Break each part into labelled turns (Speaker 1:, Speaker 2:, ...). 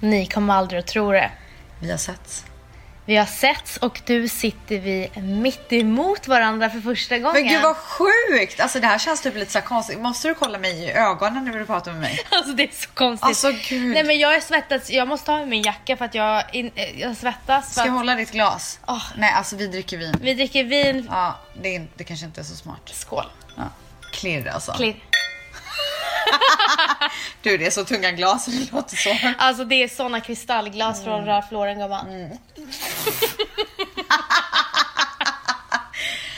Speaker 1: Ni kommer aldrig att tro det.
Speaker 2: Vi har sett.
Speaker 1: Vi har setts och du sitter vi mitt emot varandra för första gången.
Speaker 2: Men gud vad sjukt! Alltså det här känns typ lite så här konstigt. Måste du kolla mig i ögonen när du pratar med mig?
Speaker 1: Alltså det är så konstigt.
Speaker 2: Alltså gud.
Speaker 1: Nej men jag är svettas, jag måste ha med min jacka för att jag, in, eh, jag svettas. För
Speaker 2: Ska jag
Speaker 1: att,
Speaker 2: hålla ditt glas?
Speaker 1: Åh.
Speaker 2: Nej alltså vi dricker vin.
Speaker 1: vi dricker vin.
Speaker 2: Ja, det, är, in- det kanske inte är så smart.
Speaker 1: Skål.
Speaker 2: Ja. Klirr alltså.
Speaker 1: Klirr.
Speaker 2: Du det är så tunga glas så det låter så.
Speaker 1: Alltså det är såna kristallglas
Speaker 2: Mm.
Speaker 1: från Ralph Lauren gumman.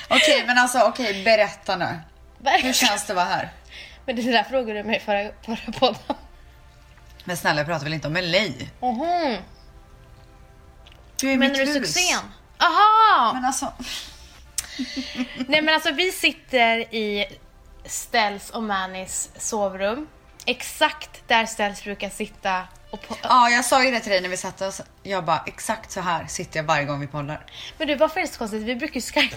Speaker 2: Okej men alltså okej berätta nu. Hur känns det att vara här?
Speaker 1: Men det där frågade du mig förra, förra podden.
Speaker 2: Men snälla jag pratar väl inte om LA?
Speaker 1: Mhm.
Speaker 2: Du är i
Speaker 1: Menar du
Speaker 2: mitt hus.
Speaker 1: succén? Aha!
Speaker 2: Men alltså.
Speaker 1: Nej men alltså vi sitter i Stells och Mannys sovrum. Exakt där Stells brukar sitta och po-
Speaker 2: Ja jag sa ju det till dig när vi satte oss. Jag bara exakt så här sitter jag varje gång vi poddar.
Speaker 1: Men du varför är det så konstigt? Vi brukar ju skypa.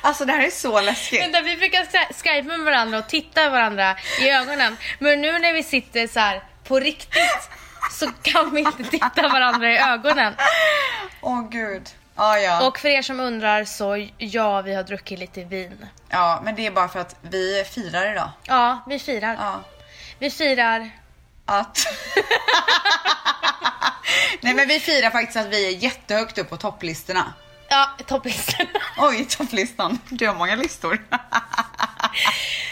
Speaker 2: Alltså det här är så läskigt.
Speaker 1: Vänta, vi brukar sky- skypa med varandra och titta varandra i ögonen. Men nu när vi sitter så här på riktigt så kan vi inte titta varandra i ögonen.
Speaker 2: Åh gud. Ja ja.
Speaker 1: Och för er som undrar så ja, vi har druckit lite vin.
Speaker 2: Ja men det är bara för att vi firar idag.
Speaker 1: Ja, vi firar.
Speaker 2: Ja.
Speaker 1: Vi firar.
Speaker 2: Att... Nej men vi firar faktiskt att vi är jättehögt upp på topplistorna.
Speaker 1: Ja, topplistan.
Speaker 2: Oj, topplistan. Du har många listor.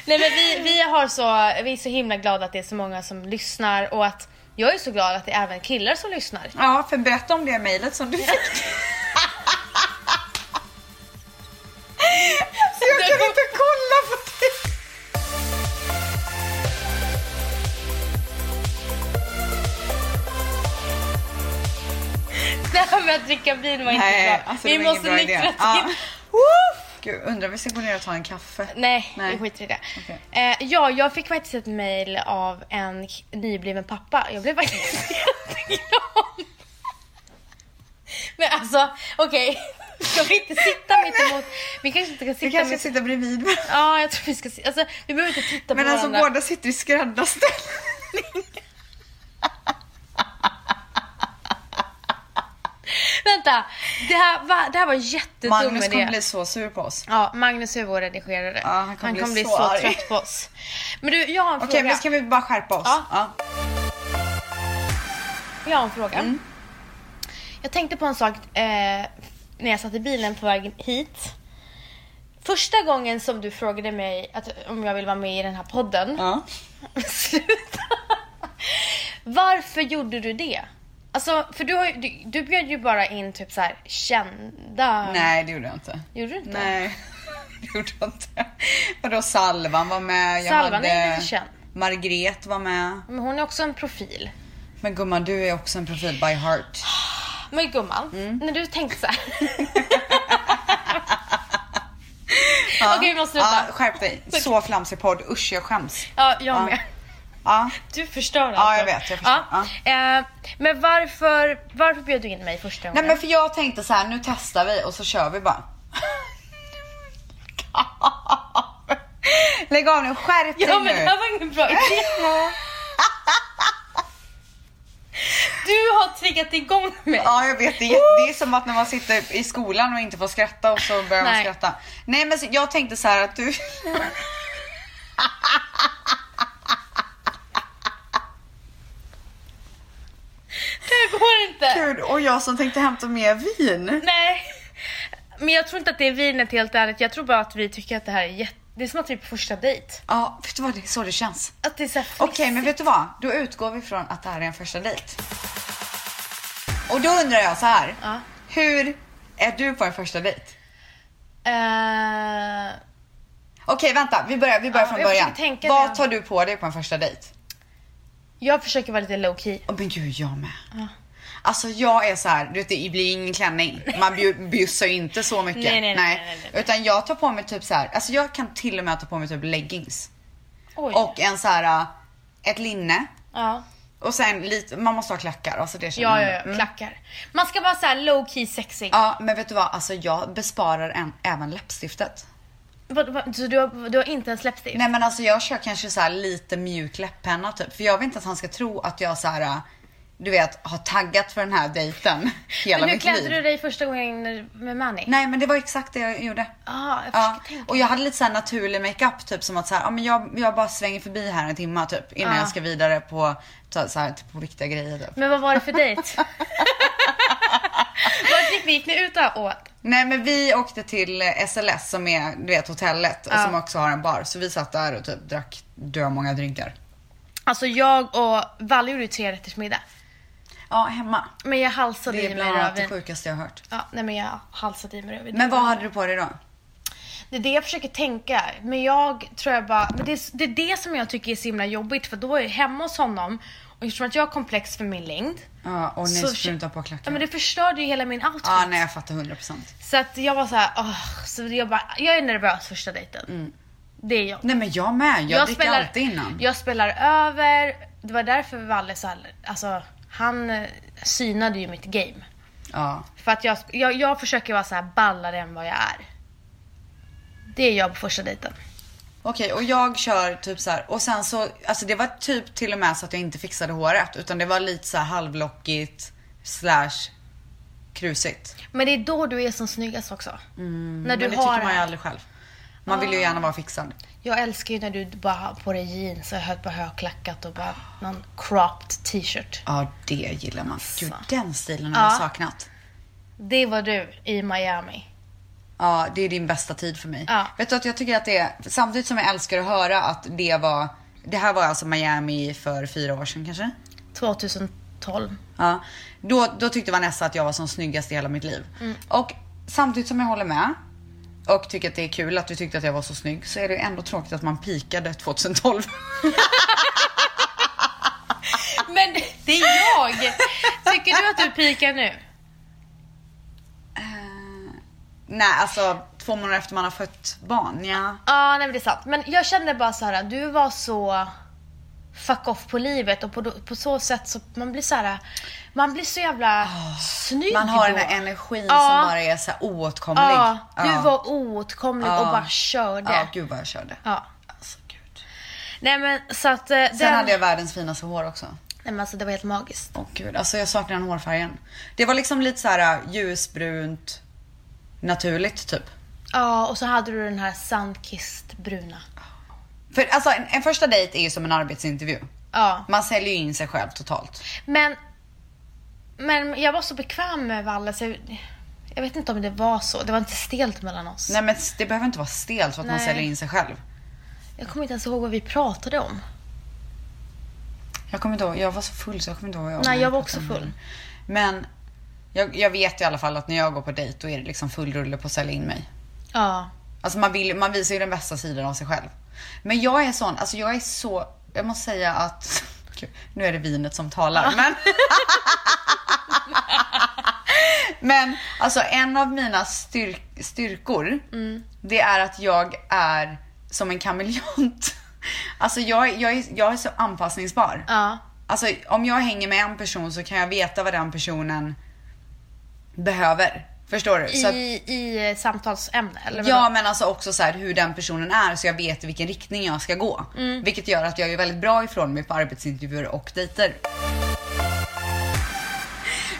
Speaker 1: Nej men vi, vi, har så, vi är så himla glada att det är så många som lyssnar och att jag är så glad att det är även killar som lyssnar.
Speaker 2: Ja, för berätta om det mejlet som du fick. Så jag kan inte kolla på det.
Speaker 1: Det här med att dricka vin var inte bra.
Speaker 2: alltså, det
Speaker 1: vi
Speaker 2: var ingen
Speaker 1: måste
Speaker 2: bra idé.
Speaker 1: nyktra till.
Speaker 2: Ja. Woof! Gud, undrar om vi ska gå ner och ta en kaffe.
Speaker 1: Nej,
Speaker 2: Nej.
Speaker 1: vi skiter i det.
Speaker 2: Okej.
Speaker 1: Eh, ja, jag fick faktiskt ett mail av en k- nybliven pappa. Jag blev faktiskt jätteglad. Men alltså, okej. Ska vi inte sitta mitt emot? Vi kanske inte ska
Speaker 2: Vi
Speaker 1: sitta
Speaker 2: kanske
Speaker 1: mitt...
Speaker 2: sitter bredvid varandra.
Speaker 1: Ja, jag tror vi ska sitta... Alltså, vi behöver inte titta
Speaker 2: Men
Speaker 1: på
Speaker 2: alltså
Speaker 1: varandra.
Speaker 2: båda sitter i skräddarställning.
Speaker 1: Vänta! Det här var, det här var en jättedum
Speaker 2: Magnus
Speaker 1: idé.
Speaker 2: kommer bli så sur på oss.
Speaker 1: Ja, Magnus är vår redigerare.
Speaker 2: Ja, han kommer bli
Speaker 1: kommer bli
Speaker 2: så
Speaker 1: så,
Speaker 2: arg.
Speaker 1: trött på oss. Men du, jag har en
Speaker 2: Okej,
Speaker 1: fråga.
Speaker 2: men ska vi bara skärpa oss?
Speaker 1: Ja.
Speaker 2: Ja.
Speaker 1: Jag har en fråga.
Speaker 2: Mm.
Speaker 1: Jag tänkte på en sak eh, när jag satt i bilen på vägen hit. Första gången som du frågade mig att, om jag vill vara med i den här podden.
Speaker 2: Ja.
Speaker 1: Sluta! Varför gjorde du det? Alltså, för du, har, ju- du, du bjöd ju bara in typ så här kända...
Speaker 2: Nej, det gjorde jag inte.
Speaker 1: Gjorde du inte?
Speaker 2: Nej, det gjorde jag inte. Vadå Salvan var med? Jag
Speaker 1: Salvan är lite känd.
Speaker 2: Margret var med.
Speaker 1: Men hon är också en profil.
Speaker 2: Men gumman, du är också en profil by heart.
Speaker 1: Men gumman,
Speaker 2: Mm.
Speaker 1: när du tänkte så här.
Speaker 2: Ja.
Speaker 1: Okej, vi måste sluta.
Speaker 2: Ja, skärp dig. Så flamsig podd. Usch, jag skäms.
Speaker 1: Ja, jag med.
Speaker 2: Ja.
Speaker 1: Du förstör allt.
Speaker 2: jag vet, jag förstår.
Speaker 1: Eh, men varför, varför bjöd du in mig första gången?
Speaker 2: Nej men för jag tänkte så här, nu testar vi och så kör vi bara. Lägg av nu, skärp dig
Speaker 1: ja men det
Speaker 2: nu.
Speaker 1: här var ingen bra idé. Du har triggat igång mig.
Speaker 2: Ja jag vet, det är, det är som att när man sitter i skolan och inte får skratta och så börjar man
Speaker 1: Nej.
Speaker 2: skratta. Nej men så, jag tänkte så här att du...
Speaker 1: Det går inte.
Speaker 2: Gud, och jag som tänkte hämta mer vin.
Speaker 1: Nej. Men jag tror inte att det är vinet helt ärligt. Jag tror bara att vi tycker att det här är jätte... Det är som att vi är på första dejt.
Speaker 2: Ja, vet du vad? Det är så det känns.
Speaker 1: Att det är så här
Speaker 2: Okej, men vet du vad? Då utgår vi från att det här är en första dejt. Och då undrar jag så här.
Speaker 1: Ja.
Speaker 2: Hur är du på en första dejt?
Speaker 1: Eh,
Speaker 2: Okej, vänta. Vi börjar, vi börjar
Speaker 1: Ja,
Speaker 2: från
Speaker 1: jag
Speaker 2: början.
Speaker 1: försöker tänka
Speaker 2: Vad
Speaker 1: det.
Speaker 2: tar du på dig på en första dejt?
Speaker 1: jag försöker vara lite low key.
Speaker 2: Åh men gud, jag med. Alltså jag är så här, du vet det blir ingen klänning. Man bju- bjussar ju inte så mycket.
Speaker 1: Nej, nej, nej, nej, nej, nej.
Speaker 2: Utan jag tar på mig typ så här, alltså jag kan till och med ta på mig typ leggings.
Speaker 1: Oj.
Speaker 2: Och en så här, äh, ett linne.
Speaker 1: Ja.
Speaker 2: Och sen lite, man måste ha klackar. Alltså det känner
Speaker 1: Ja,
Speaker 2: man.
Speaker 1: ja, ja.
Speaker 2: Mm.
Speaker 1: Klackar. Man ska vara så här low key sexig.
Speaker 2: Ja, men vet du vad? Alltså jag besparar en, även läppstiftet.
Speaker 1: Vad- vad- Så du har, du har inte ens läppstift?
Speaker 2: Nej men alltså jag kör kanske så här lite mjuk läpppenna typ. För jag vill inte att han ska tro att jag så här, äh, du vet, har taggat för den här dejten hela
Speaker 1: Men nu
Speaker 2: mitt
Speaker 1: klädde
Speaker 2: liv.
Speaker 1: du dig första gången med Manny?
Speaker 2: Nej men det var exakt det jag gjorde.
Speaker 1: Ah, jag
Speaker 2: Ja,
Speaker 1: försöker tänka.
Speaker 2: och jag hade lite så här naturlig makeup typ som att så här, ja, men jag, jag bara svänger förbi här en timma typ innan
Speaker 1: Ja.
Speaker 2: jag ska vidare på, ta- så här, typ, på viktiga grejer typ.
Speaker 1: Men vad var det för dejt? Vart gick ni? Gick ni ut och åt?
Speaker 2: Nej men vi åkte till eh, SLS som är du vet hotellet och
Speaker 1: Ja.
Speaker 2: som också har en bar. Så vi satt där och typ drack många drinkar.
Speaker 1: Alltså jag och Valle gjorde ju tre rätters middag.
Speaker 2: Ja hemma.
Speaker 1: Men jag halsade
Speaker 2: Det
Speaker 1: i
Speaker 2: är
Speaker 1: mig
Speaker 2: bland annat det
Speaker 1: rödvin.
Speaker 2: sjukaste jag har hört.
Speaker 1: Ja, nej men jag halsade i mig rödvin.
Speaker 2: Men vad hade du på dig då?
Speaker 1: Det är det jag försöker tänka. Men jag tror jag bara... Men det, är, det är det som jag tycker är så himla jobbigt för då är jag hemma hos honom och eftersom att jag har komplex för min längd.
Speaker 2: Ja, och nej
Speaker 1: så
Speaker 2: så får du
Speaker 1: försö-
Speaker 2: inte ha på
Speaker 1: Ja,
Speaker 2: klackar.
Speaker 1: men
Speaker 2: Ja
Speaker 1: det förstörde ju hela min outfit.
Speaker 2: nej jag fattar 100%.
Speaker 1: Så att jag var så här, åh, så jag, bara, jag är nervös första dejten. Det är jag.
Speaker 2: Nej men jag med, Mm. jag, dricker alltid innan.
Speaker 1: Jag spelar över. Det var därför Valle så här, alltså han eh, synade ju mitt game.
Speaker 2: Ja.
Speaker 1: För att jag, sp- jag, jag försöker vara så här ballare än vad jag är. Det är jag på första dejten.
Speaker 2: Okej och jag kör typ så här och sen så, alltså det var typ till och med så att jag inte fixade håret utan det var lite så här halvlockigt slash krusigt.
Speaker 1: Men det är då du är som snyggast också. när du
Speaker 2: Mm, men det
Speaker 1: har Ah.
Speaker 2: tycker man ju aldrig själv. Man vill ju gärna vara fixad.
Speaker 1: Jag älskar ju när du bara har på dig jeans och hö- på högklackat och bara någon cropped t-shirt.
Speaker 2: Ja det gillar man. Gud
Speaker 1: Så.
Speaker 2: den stilen har
Speaker 1: Ja.
Speaker 2: jag saknat.
Speaker 1: Det var du i Miami.
Speaker 2: Ja, det är din bästa tid för mig.
Speaker 1: Ja.
Speaker 2: Vet du att jag tycker att det är, samtidigt som jag älskar att höra att det var, det här var alltså Miami för fyra år sedan kanske?
Speaker 1: 2012.
Speaker 2: Ja. Då, då tyckte Vanessa att jag var som snyggast i hela mitt liv.
Speaker 1: Mm.
Speaker 2: Och samtidigt som jag håller med och tycker att det är kul att du tyckte att jag var så snygg så är det ju ändå tråkigt att man pikade 2012.
Speaker 1: Men det är jag! Tycker du att du pikar nu?
Speaker 2: Nej, alltså två månader efter man har fött barn, ja.
Speaker 1: Ja, nej men det är sant. Men jag kände bara så här, du var så fuck off på livet och på, på så sätt så man blir så här, man blir så jävla snygg
Speaker 2: Man har
Speaker 1: då.
Speaker 2: den här energin
Speaker 1: Ja.
Speaker 2: som bara är så här oåtkomlig.
Speaker 1: Ja, du
Speaker 2: Ja.
Speaker 1: var oåtkomlig och
Speaker 2: Ja.
Speaker 1: bara körde.
Speaker 2: Ja,
Speaker 1: Ja.
Speaker 2: gud vad jag körde. Alltså, gud.
Speaker 1: Nej men så att eh, den,
Speaker 2: Sen hade jag världens finaste hår också.
Speaker 1: Nej men alltså det var helt magiskt.
Speaker 2: Åh gud, alltså jag saknar den hårfärgen. Det var liksom lite så här äh, ljusbrunt, naturligt typ.
Speaker 1: Ja, och så hade du den här sunkissed bruna.
Speaker 2: För alltså en, en första dejt är ju som en arbetsintervju.
Speaker 1: Ja,
Speaker 2: Man säljer ju in sig själv totalt.
Speaker 1: men men jag var så bekväm med Valle så jag, jag vet inte om det var så. Det var inte stelt mellan oss.
Speaker 2: Nej men det behöver inte vara stelt för att man
Speaker 1: Nej.
Speaker 2: säljer in sig själv.
Speaker 1: Jag kommer inte ens ihåg vad vi pratade om.
Speaker 2: Jag kommer inte ihåg, jag var så full så jag kommer inte ihåg vad jag
Speaker 1: Nej, jag var också
Speaker 2: pratade om.
Speaker 1: full.
Speaker 2: Men jag, jag vet i alla fall att när jag går på dejt då är det liksom full rulle på att sälja in mig.
Speaker 1: Ja.
Speaker 2: Alltså man, vill, man visar ju den bästa sidan av sig själv. Men jag är sån, alltså jag är så, jag måste säga att, Gud, nu är det vinet som talar men. men alltså en av mina styrk, styrkor, det är att jag är som en kameleont. Alltså jag, är- jag, är, jag är så anpassningsbar.
Speaker 1: Ja.
Speaker 2: Alltså om jag hänger med en person så kan jag veta vad den personen behöver. Förstår du?
Speaker 1: I,
Speaker 2: Så att-
Speaker 1: I eh, samtalsämne eller
Speaker 2: Ja
Speaker 1: vadå?
Speaker 2: men alltså också så här, hur den personen är så jag vet i vilken riktning jag ska gå. Vilket gör att jag är väldigt bra ifrån mig på arbetsintervjuer och dejter.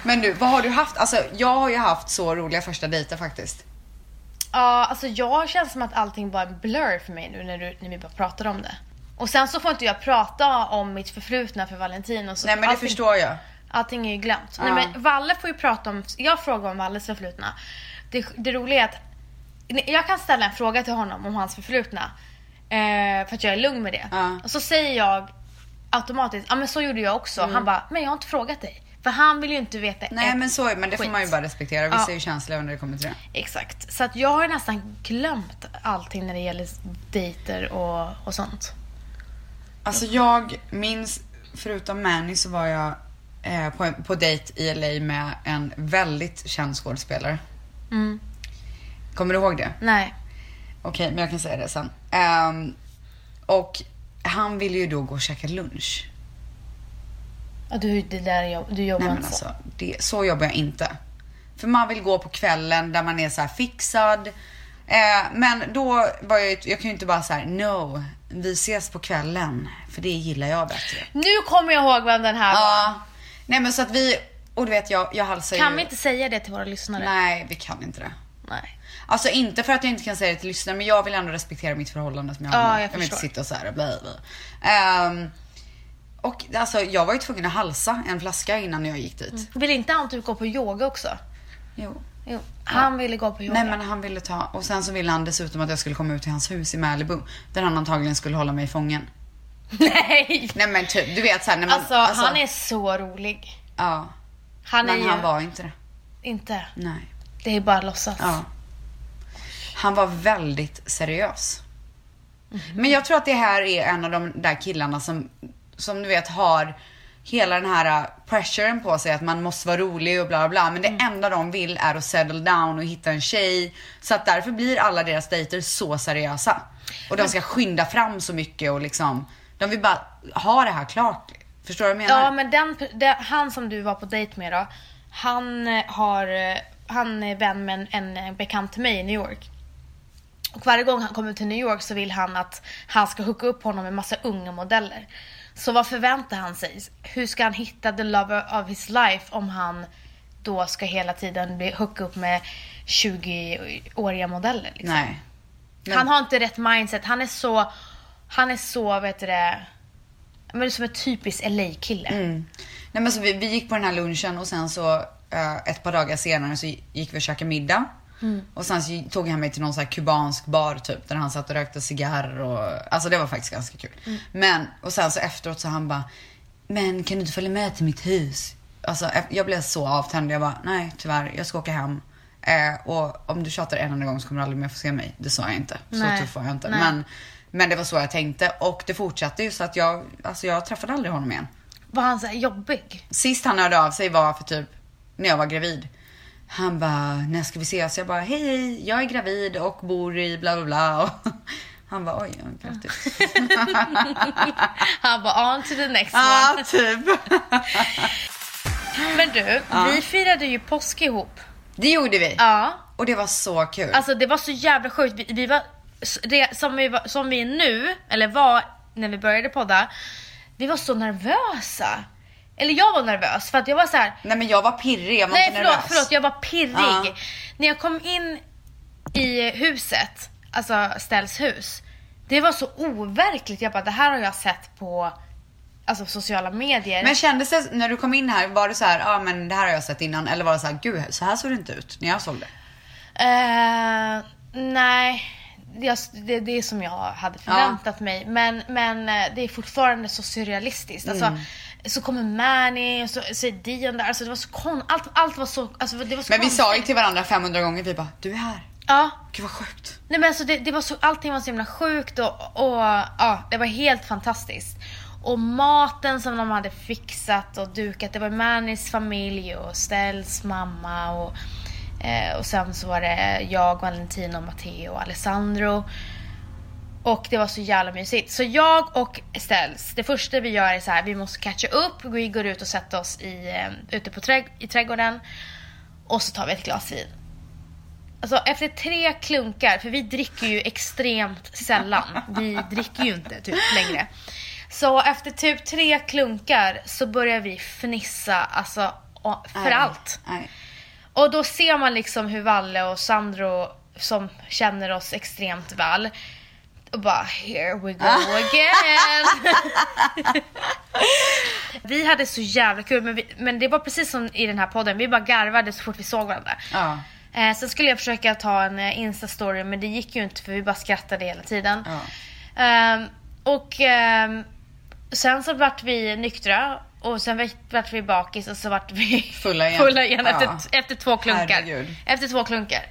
Speaker 2: Men du, vad har du haft? Alltså jag har ju haft så roliga första dejter faktiskt.
Speaker 1: ja, alltså jag känns som att allting bara är en blur för mig nu när, du, när vi bara pratar om det. Och sen så får inte jag prata om mitt förflutna för Valentino. Så
Speaker 2: Nej men det
Speaker 1: allting,
Speaker 2: förstår jag.
Speaker 1: allting är ju glömt.
Speaker 2: Ja.
Speaker 1: Nej, men Valle får ju prata om, jag frågar om Valles förflutna. Det, det roliga är att jag kan ställa en fråga till honom om hans förflutna. Eh, för att jag är lugn med det.
Speaker 2: Ja.
Speaker 1: Och så säger jag automatiskt, ja men så gjorde jag också. Han bara, men jag har inte frågat dig. För han vill ju inte veta
Speaker 2: Mm. Nej
Speaker 1: ett
Speaker 2: men så är men det får
Speaker 1: skit.
Speaker 2: man ju bara respektera. Vissa
Speaker 1: Ja.
Speaker 2: är ju känsliga när det kommer till det.
Speaker 1: Exakt. Så att jag har ju nästan glömt allting när det gäller dejter och, och sånt.
Speaker 2: Alltså jag minns, förutom Manny så var jag eh, på, en- på dejt i LA med en väldigt känd skådespelare.
Speaker 1: Mm.
Speaker 2: Kommer du ihåg det?
Speaker 1: Nej.
Speaker 2: Okej, men jag kan säga det sen. Ehm, och han ville ju då gå och käka lunch.
Speaker 1: Ja, du, det där jag, du jobbar
Speaker 2: Nej men
Speaker 1: inte så.
Speaker 2: alltså, det, så jobbar jag inte. För man vill gå på kvällen där man är så här fixad. Eh, men då var jag ju, jag kan ju inte bara så här: no, vi ses på kvällen. För det gillar jag bättre.
Speaker 1: Nu kommer jag ihåg vem den här var.
Speaker 2: Ja. Nej men så att vi, och du vet jag, jag halsar
Speaker 1: Kan
Speaker 2: ju.
Speaker 1: vi inte säga det till våra lyssnare?
Speaker 2: Nej, vi kan inte det.
Speaker 1: Nej.
Speaker 2: Alltså inte för att jag inte kan säga det till lyssnarna men jag vill ändå respektera mitt förhållande som jag har
Speaker 1: Ja,
Speaker 2: nu.
Speaker 1: jag
Speaker 2: vill inte
Speaker 1: förstår.
Speaker 2: sitta och så här bla, bla. Ehm, Och alltså jag var ju tvungen att halsa en flaska innan jag gick dit.
Speaker 1: Vill inte han typ gå på yoga också?
Speaker 2: Jo.
Speaker 1: Mm. Jo. Han ville gå på yoga.
Speaker 2: Nej men han ville ta, och sen så ville han dessutom att jag skulle komma ut till hans hus i Malibu. Där han antagligen skulle hålla mig i fången.
Speaker 1: Nej.
Speaker 2: Nej men typ, du vet såhär när man...
Speaker 1: Alltså, han är så rolig.
Speaker 2: Ja.
Speaker 1: Han är
Speaker 2: men
Speaker 1: ju
Speaker 2: han var inte det.
Speaker 1: inte.
Speaker 2: Nej.
Speaker 1: Det är bara låtsas.
Speaker 2: Ja. Han var väldigt seriös. Men jag tror att det här är en av de där killarna som, som du vet har hela den här äh, pressuren på sig att man måste vara rolig och bla bla bla. Men det enda de vill är att settle down och hitta en tjej. Så att därför blir alla deras dejter så seriösa. Och de ska skynda fram så mycket och liksom, de vill bara ha det här klart. Förstår du vad jag menar?
Speaker 1: Ja, men den, den, han som du var på dejt med då. Han eh, har, eh, han är vän med en, en bekant till mig i New York. Och varje gång han kommer till New York så vill han att han ska hooka upp honom med massa unga modeller. Så vad förväntar han sig? Hur ska han hitta the love of his life om han då ska hela tiden bli hooka upp med 20-åriga modeller? Liksom?
Speaker 2: Nej. Men-
Speaker 1: Han har inte rätt mindset. Han är så, han är så, vet du det, men det är som en typisk LA-kille.
Speaker 2: Mm. Nej, men så vi, vi gick på den här lunchen och sen så eh, ett par dagar senare så gick vi och käkade middag.
Speaker 1: Mm.
Speaker 2: Och sen så gi- tog han mig till någon så här kubansk bar typ där han satt och rökte cigarr och alltså det var faktiskt ganska kul.
Speaker 1: Mm.
Speaker 2: Men och sen så efteråt så han bara Men kan du inte följa med till mitt hus? Alltså eff- jag blev så avtänd. Jag bara nej tyvärr jag ska åka hem. Eh, och om du tjatar en enda gång så kommer du aldrig mer få se mig. Det sa jag inte.
Speaker 1: Nej.
Speaker 2: Så tuff var jag inte.
Speaker 1: Nej.
Speaker 2: Men, men det var så jag tänkte och det fortsatte ju så att jag, alltså jag träffade aldrig honom igen.
Speaker 1: Var han så här jobbig?
Speaker 2: Sist han hörde av sig var för typ när jag var gravid. Han bara, när ska vi ses? Jag bara, hej hej, jag är gravid och bor i bla bla bla. Och han bara, oj, ja, grattis.
Speaker 1: Han bara on to the next
Speaker 2: Ja,
Speaker 1: one.
Speaker 2: typ.
Speaker 1: Men du, vi firade ju påsk ihop.
Speaker 2: Det gjorde vi.
Speaker 1: Ja.
Speaker 2: Och det var så kul.
Speaker 1: Alltså det var så jävla sjukt. Vi, vi var, s- det, som, vi var, som vi är nu, eller var när vi började podda, vi var så nervösa. Eller jag var nervös för att jag var så här.
Speaker 2: Nej men jag var pirrig, jag var
Speaker 1: Nej
Speaker 2: inte
Speaker 1: förlåt,
Speaker 2: nervös.
Speaker 1: förlåt jag var pirrig.
Speaker 2: Ja.
Speaker 1: När jag kom in i huset, alltså Ställs hus. Det var så overkligt. Jag bara det här har jag sett på alltså, sociala medier.
Speaker 2: Men kändes det, när du kom in här, var det så här, ja ah, men det här har jag sett innan. Eller var det så här, gud så här såg det inte ut när jag såg det.
Speaker 1: Eh, nej, jag, det, det är som jag hade förväntat mig. Men, men eh, det är fortfarande så surrealistiskt. Alltså,
Speaker 2: Mm.
Speaker 1: Så kommer Mani och så säger Dion där. Alltså, det var så kon allt, allt var så... Alltså, det var så
Speaker 2: Men vi sa ju
Speaker 1: konstigt.
Speaker 2: till varandra 500 gånger, vi bara, du är här.
Speaker 1: Ja.
Speaker 2: Gud vad sjukt.
Speaker 1: Nej, men alltså, det, det var så, allting var så himla sjukt och, och ja, det var helt fantastiskt. Och maten som de hade fixat och dukat, det var Manis familj och Stells mamma och, eh, och sen så var det jag, Valentino, Matteo och Alessandro. Och det var så jävla mysigt. Så jag och Ställs, det första vi gör är så här, vi måste catcha upp, vi går ut och sätter oss i, eh, ute på trädg- i trädgården och så tar vi ett glas vin. Alltså efter tre klunkar, för vi dricker ju extremt sällan. Vi dricker ju inte typ längre. Så efter typ tre klunkar så börjar vi fnissa alltså å- för
Speaker 2: Nej,
Speaker 1: allt.
Speaker 2: Nej.
Speaker 1: Och då ser man liksom hur Valle och Sandro som känner oss extremt väl och bara here we go again. vi hade så jävla kul men, vi, men det var precis som i den här podden, vi bara garvade så fort vi såg varandra.
Speaker 2: Ja.
Speaker 1: Eh, sen skulle jag försöka ta en eh, instastory men det gick ju inte för vi bara skrattade hela tiden.
Speaker 2: Ja.
Speaker 1: Ehm, och ehm, sen så vart vi nyktra och sen vart vi bakis och så vart vi
Speaker 2: Fulla igen.
Speaker 1: fulla igen
Speaker 2: Ja.
Speaker 1: efter, efter två klunkar.
Speaker 2: Herregud.
Speaker 1: Efter två klunkar.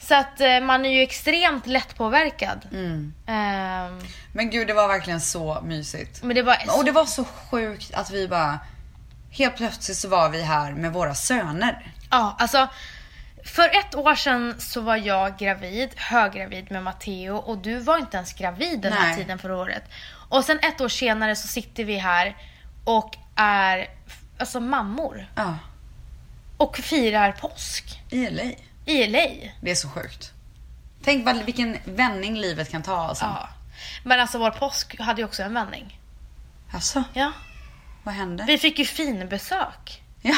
Speaker 1: Så att eh, man är ju extremt lättpåverkad.
Speaker 2: Mm.
Speaker 1: Ehm,
Speaker 2: Men gud det var verkligen så mysigt.
Speaker 1: men det var
Speaker 2: Och det var så sjukt att vi bara Helt plötsligt så var vi här med våra söner.
Speaker 1: Ja, alltså. För ett år sedan så var jag gravid, höggravid med Matteo och du var inte ens gravid den här
Speaker 2: Nej.
Speaker 1: tiden förra året. Och sen ett år senare så sitter vi här och är alltså mammor
Speaker 2: Ja,
Speaker 1: och firar påsk
Speaker 2: i LA.
Speaker 1: i LA.
Speaker 2: Det är så sjukt. Tänk vad, vilken vändning livet kan ta alltså.
Speaker 1: Ja. Men alltså vår påsk hade ju också en vändning.
Speaker 2: Alltså,
Speaker 1: Ja.
Speaker 2: vad hände?
Speaker 1: Vi fick ju finbesök.
Speaker 2: Ja.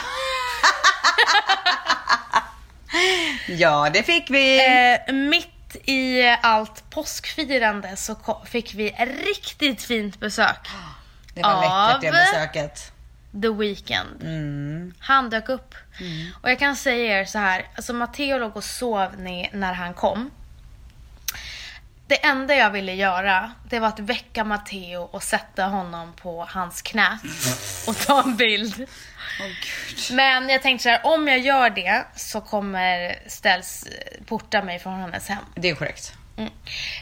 Speaker 2: ja, det fick vi.
Speaker 1: Eh, mitt i allt påskfirande så ko- fick vi riktigt fint besök.
Speaker 2: Det var
Speaker 1: av-
Speaker 2: läckert det besöket.
Speaker 1: The Weeknd.
Speaker 2: Mm.
Speaker 1: Han dök upp. Och jag kan säga er så här, alltså Matteo låg och sov ne- när han kom. Det enda jag ville göra, det var att väcka Matteo och sätta honom på hans knä och ta en bild.
Speaker 2: Åh gud.
Speaker 1: Men jag tänkte så här, om jag gör det så kommer Ställs eh, porta mig från hennes hem.
Speaker 2: Det är korrekt.
Speaker 1: Mm.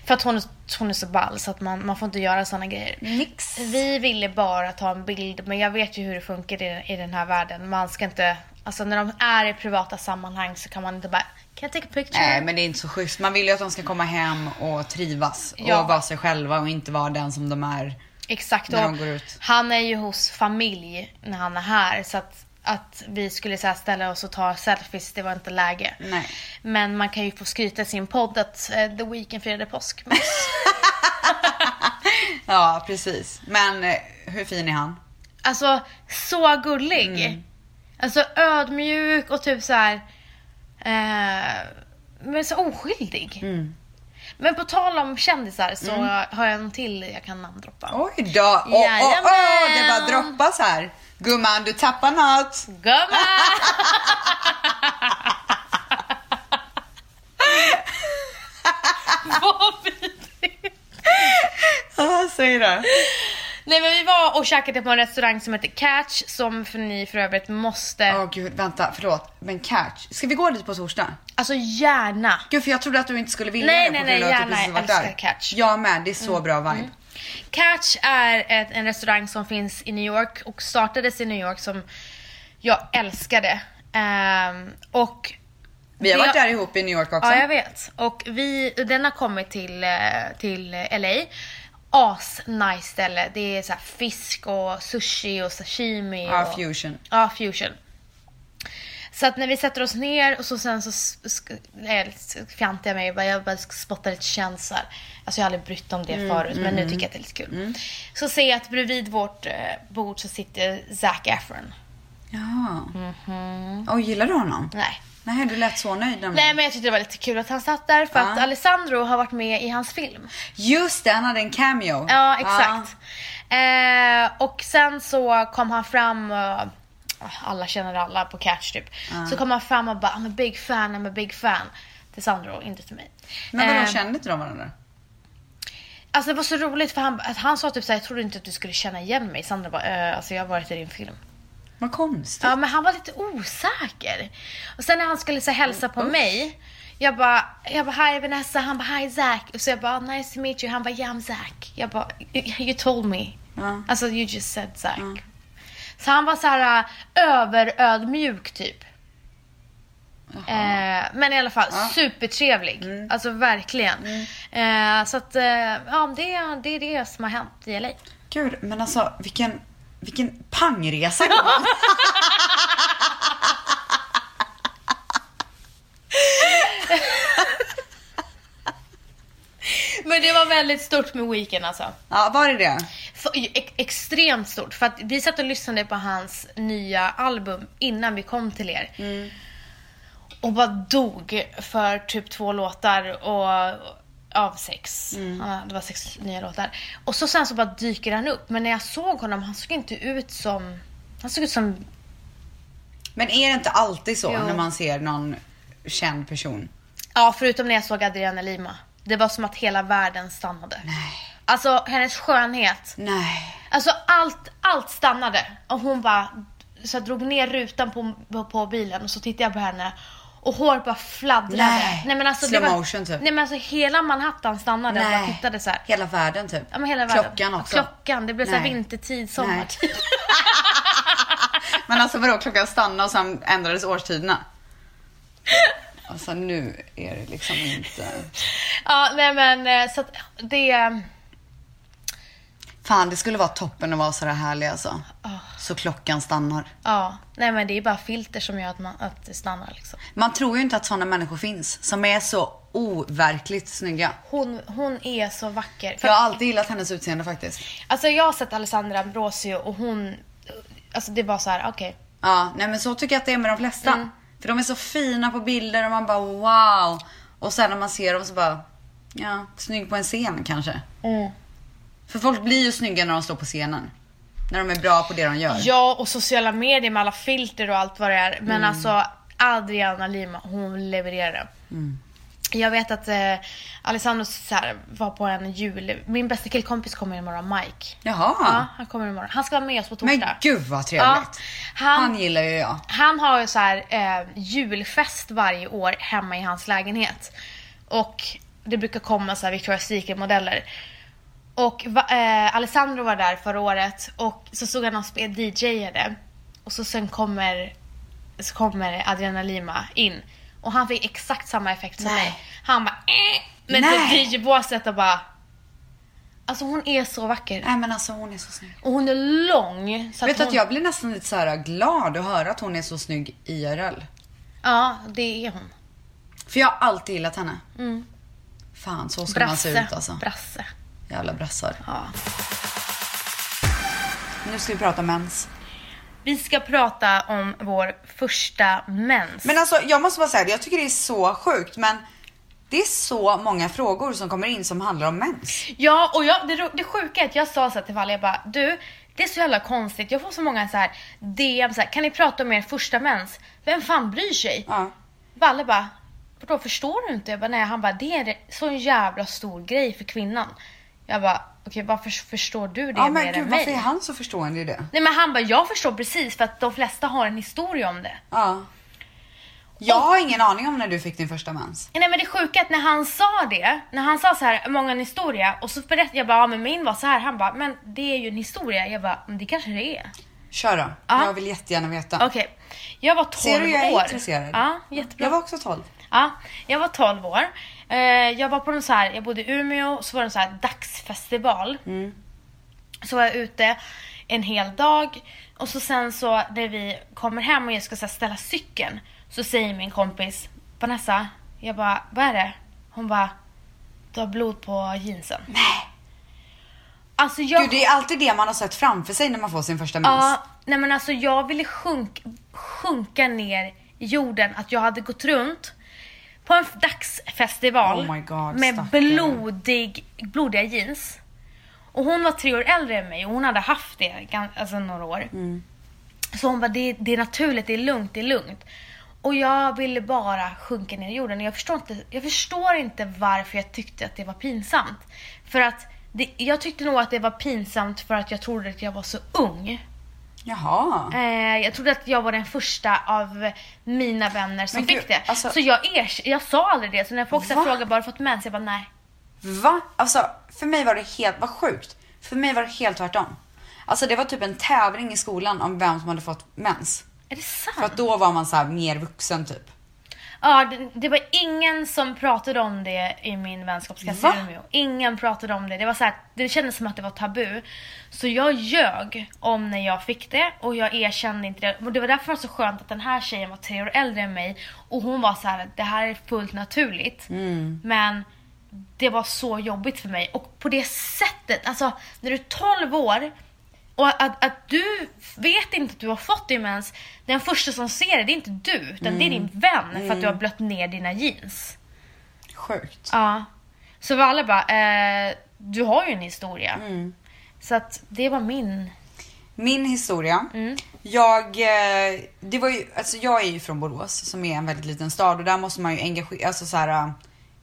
Speaker 1: För att hon, hon är så ball så att man, man får inte göra sådana grejer.
Speaker 2: Nix.
Speaker 1: Vi ville bara ta en bild, men jag vet ju hur det funkar i, i den här världen. Man ska inte, alltså när de är i privata sammanhang så kan man inte bara, can I take a picture?
Speaker 2: Nej men det är inte så schysst. Man vill ju att de ska komma hem och trivas
Speaker 1: Ja.
Speaker 2: och vara sig själva och inte vara den som de är.
Speaker 1: Exakt.
Speaker 2: När
Speaker 1: och
Speaker 2: de går ut.
Speaker 1: Han är ju hos familj när han är här, så att, att vi skulle så här ställa oss och ta selfies, det var inte läge.
Speaker 2: Nej.
Speaker 1: Men man kan ju få skryta i sin podd att eh, The Weeknd firade påsk. med oss.
Speaker 2: Ja precis. Men eh, hur fin är han?
Speaker 1: Alltså så gullig.
Speaker 2: Mm.
Speaker 1: Alltså ödmjuk och typ så här. Eh, men så oskyldig.
Speaker 2: Mm.
Speaker 1: Men på tal om kändisar så har jag en till jag kan namndroppa.
Speaker 2: Oj då! Åh, åh, åh! Det
Speaker 1: Jajamän.
Speaker 2: bara droppas här. Gumman du tappar något.
Speaker 1: Gumman! Vad vidrigt.
Speaker 2: Ah, säg det.
Speaker 1: Nej men vi var och käkade på en restaurang som heter Catch som för ni för övrigt måste,
Speaker 2: Åh gud vänta förlåt. Men catch. Ska vi gå dit på torsdag?
Speaker 1: alltså gärna
Speaker 2: Gud för jag trodde att du inte skulle vilja
Speaker 1: Nej,
Speaker 2: det på
Speaker 1: nej,
Speaker 2: grund
Speaker 1: nej,
Speaker 2: av att du
Speaker 1: gärna.
Speaker 2: precis har varit
Speaker 1: Jag älskar
Speaker 2: där.
Speaker 1: Catch. Mm.
Speaker 2: Jag med. Det är så bra vibe.
Speaker 1: Catch är ett, en restaurang som finns i New York och startades i New York som jag älskade. Ehm, och
Speaker 2: Vi har varit
Speaker 1: Det-
Speaker 2: där ihop i New York också.
Speaker 1: Ja, jag vet. Och vi, den har kommit till, eh, till eh, LA. As-nice ställe. Det är så här fisk och sushi och sashimi.
Speaker 2: Ja,
Speaker 1: och,
Speaker 2: fusion.
Speaker 1: Ja, fusion. Så att när vi sätter oss ner och så sen så s- sk- nej, s- fjantar jag mig och bara, jag bara sk- spottar lite känslar. Alltså jag har aldrig brytt om det
Speaker 2: Mm,
Speaker 1: förut men nu tycker jag att det är lite kul. Så ser jag att bredvid vårt eh, bord så sitter Zac Efron.
Speaker 2: Ja. Och gillar du honom?
Speaker 1: Nej.
Speaker 2: Nej, du lät så nöjd. nämligen.
Speaker 1: Mhm. Nej men jag tyckte det var lite kul att han satt där för
Speaker 2: Ja.
Speaker 1: att Alessandro har varit med i hans film.
Speaker 2: Just det, han hade en cameo.
Speaker 1: Ja, exakt. Eh, och sen så kom han fram, eh, alla känner alla på Catch typ. Så kom han fram och bara I'm a big fan, I'm a big fan. Till Sandro, inte till mig.
Speaker 2: Men vadå,
Speaker 1: Eh,
Speaker 2: kände inte de varandra?
Speaker 1: Alltså det var så roligt för han, att han sa typ såhär, jag trodde inte att du skulle känna igen mig. Sandro bara, eh, alltså jag har varit i din film.
Speaker 2: Vad konstigt.
Speaker 1: Ja men han var lite osäker. Och sen när han skulle så här hälsa på mig. Jag bara, jag bara hi Vanessa, han bara hi Zack. Och så jag bara nice to meet you, han bara yeah I'm Zack. Jag bara "You- you told me.
Speaker 2: Ja.
Speaker 1: Alltså you just said Zack. Så han var så här äh, överödmjuk typ. Eh, men i alla fall supertrevlig. Alltså verkligen. Eh, så att eh, ja, det, är- det är det som har hänt i LA.
Speaker 2: Gud, men alltså vilken, vilken pangresa gumman.
Speaker 1: Men det var väldigt stort med Weekend alltså.
Speaker 2: Ja, var är det?
Speaker 1: För, ex- e- extremt stort. För att vi satt och lyssnade på hans nya album innan vi kom till er. Och bara dog för typ två låtar och, av sex. Ja, det var sex nya låtar. Och så sen så bara dyker han upp. Men när jag såg honom, han såg inte ut som... Han såg ut som...
Speaker 2: Men är det inte alltid så
Speaker 1: Jo.
Speaker 2: när man ser någon känd person?
Speaker 1: Ja, förutom när jag såg Adriana Lima. Det var som att hela världen stannade. Alltså hennes skönhet.
Speaker 2: Nej.
Speaker 1: Alltså allt, allt stannade och hon bara så jag drog ner rutan på, på, på bilen och så tittade jag på henne och håret bara fladdrade.
Speaker 2: Nej,
Speaker 1: men alltså,
Speaker 2: slow
Speaker 1: det var,
Speaker 2: motion typ.
Speaker 1: Nej men alltså hela Manhattan stannade och bara
Speaker 2: Nej.
Speaker 1: tittade så här.
Speaker 2: Hela världen typ.
Speaker 1: Ja, men hela
Speaker 2: Klockan
Speaker 1: världen.
Speaker 2: också.
Speaker 1: Klockan, det blev så här
Speaker 2: Nej.
Speaker 1: vintertid, sommartid.
Speaker 2: Men alltså vadå, klockan stannade och sen ändrades årstiderna? Alltså nu är det liksom inte...
Speaker 1: ja, nej men eh, så att det...
Speaker 2: Fan, det skulle vara toppen att vara sådär härlig alltså. Så klockan stannar.
Speaker 1: Ja, nej men det är bara filter som gör att, man, att det stannar liksom.
Speaker 2: Man tror ju inte att sådana människor finns som är så overkligt snygga.
Speaker 1: Hon, hon är så vacker. För,
Speaker 2: Jag har alltid gillat hennes utseende faktiskt.
Speaker 1: Alltså jag har sett Alessandra Ambrosio och hon, alltså det var så här, okej.
Speaker 2: Ja, nej men så tycker jag att det är med de flesta.
Speaker 1: Mm.
Speaker 2: För de är så fina på bilder och man bara wow. Och sen när man ser dem så bara, ja, snygg på en scen kanske. Mm. För folk blir ju snygga när de står på scenen. När de är bra på det de gör.
Speaker 1: Ja, och sociala medier med alla filter och allt vad det är.
Speaker 2: Mm.
Speaker 1: Men alltså Adriana Lima, hon levererar.
Speaker 2: Mm.
Speaker 1: Jag vet att eh, Alessandro så här, var på en jul... Min bästa killkompis kommer imorgon, Mike.
Speaker 2: Jaha.
Speaker 1: Ja, han kommer imorgon. Han ska vara med oss på torsdag.
Speaker 2: men gud vad trevligt.
Speaker 1: Ja,
Speaker 2: han...
Speaker 1: han-
Speaker 2: gillar ju jag.
Speaker 1: Han har ju så här, eh, julfest varje år hemma i hans lägenhet. Och det brukar komma så här Victoria's Secret-modeller. Och va, eh, Alessandro var där förra året och så såg han oss DJ-ade. Och så sen kommer, så kommer Adriana Lima in. Och han fick exakt samma effekt som
Speaker 2: Nej.
Speaker 1: mig. Han bara eh, Men
Speaker 2: Nej.
Speaker 1: typ DJ-båset och bara... Alltså hon är så vacker.
Speaker 2: Nej men alltså hon är så snygg.
Speaker 1: Och hon är lång. Så
Speaker 2: Vet du
Speaker 1: hon,
Speaker 2: att jag blir nästan lite så här glad att höra att hon är så snygg IRL.
Speaker 1: Ja, det är hon.
Speaker 2: För jag har alltid gillat henne. Fan så ska man se
Speaker 1: Mm. Brasse.
Speaker 2: ut alltså.
Speaker 1: Brasse.
Speaker 2: Jävla brassar.
Speaker 1: Ja.
Speaker 2: Nu ska vi prata mens.
Speaker 1: Vi ska prata om vår första mens.
Speaker 2: Men alltså jag måste bara säga det, jag tycker det är så sjukt men det är så många frågor som kommer in som handlar om mens.
Speaker 1: Ja, och jag, det, ro- det sjuka är att jag sa så här till Valle, jag bara du, det är så jävla konstigt. Jag får så många så här DM så här, kan ni prata om er första mens? Vem fan bryr sig?
Speaker 2: Ja.
Speaker 1: Valle bara, vadå förstår du inte? Jag bara, nej, han bara, det är en sån jävla stor grej för kvinnan. Jag bara, okej varför förstår du det
Speaker 2: Ja
Speaker 1: mer
Speaker 2: men gud
Speaker 1: än
Speaker 2: varför är
Speaker 1: mig?
Speaker 2: han så förstående i det?
Speaker 1: Nej men han bara, jag förstår precis för att de flesta har en historia om det.
Speaker 2: Ja. Jag har ingen aning om när du fick din första mens.
Speaker 1: Nej men det sjuka är att när han sa det, när han sa så här, många en historia och så berättade jag bara, ja men min var så här. Han bara, men det är ju en historia. Jag bara, men det kanske det är.
Speaker 2: Kör då,
Speaker 1: Ja.
Speaker 2: jag vill jättegärna veta.
Speaker 1: Okej, jag var 12
Speaker 2: Ser du jag är
Speaker 1: år.
Speaker 2: intresserad?
Speaker 1: Ja, jättebra.
Speaker 2: Jag var också 12.
Speaker 1: Ja, jag var 12 år. Eh, jag var på någon så här, jag bodde i Umeå, så var det en så här dagsfestival. Så var jag ute en hel dag och så sen så när vi kommer hem och jag ska så här, ställa cykeln så säger min kompis Vanessa, jag bara, vad är det? Hon bara, du har blod på jeansen. Nej. Alltså jag...
Speaker 2: Gud det är alltid det man har sett framför sig när man får sin första mens.
Speaker 1: Ja, nej men alltså jag ville sjunk, sjunka ner i jorden, att jag hade gått runt på en dagsfestival
Speaker 2: Oh my God,
Speaker 1: med
Speaker 2: stackare.
Speaker 1: blodig, blodiga jeans. Och hon var tre år äldre än mig och hon hade haft det gan- alltså, några år.
Speaker 2: Mm.
Speaker 1: Så hon bara, det, det är naturligt, det är lugnt, det är lugnt. Och jag ville bara sjunka ner i jorden. Och Jag förstår, inte, jag förstår inte varför jag tyckte att det var pinsamt. För att det, jag tyckte nog att det var pinsamt för att jag trodde att jag var så ung.
Speaker 2: Jaha.
Speaker 1: Eh, jag trodde att jag var den första av mina vänner som
Speaker 2: Men gud,
Speaker 1: fick det.
Speaker 2: alltså-
Speaker 1: Så jag, er, jag sa aldrig det. Så när folk så
Speaker 2: Va?
Speaker 1: här frågar bara har du fått mens, jag bara nej.
Speaker 2: Va? Alltså för mig var det helt, vad sjukt. För mig var det helt tvärtom. Alltså det var typ en tävling i skolan om vem som hade fått mens.
Speaker 1: Är det sant?
Speaker 2: För att då var man så här mer vuxen typ.
Speaker 1: Ja, det, det var ingen som pratade om det i min vänskapsklass
Speaker 2: Va?
Speaker 1: i Umeå. Ingen pratade om det. Det, var så här, det kändes som att det var tabu. Så jag ljög om när jag fick det och jag erkände inte det. Och det var därför det var så skönt att den här tjejen var tre år äldre än mig och hon var så här, det här är fullt naturligt. Men det var så jobbigt för mig och på det sättet, alltså när du är 12 år och att, att du vet inte att du har fått din mens, den första som ser det, det är inte du utan det är din vän för att du har blött ner dina jeans.
Speaker 2: Sjukt.
Speaker 1: Ja. Så var alla bara, eh, du har ju en historia. Så att det var min.
Speaker 2: Min historia. Jag, eh, det var ju, alltså jag är ju från Borås som är en väldigt liten stad och där måste man ju engagera, alltså så här, eh,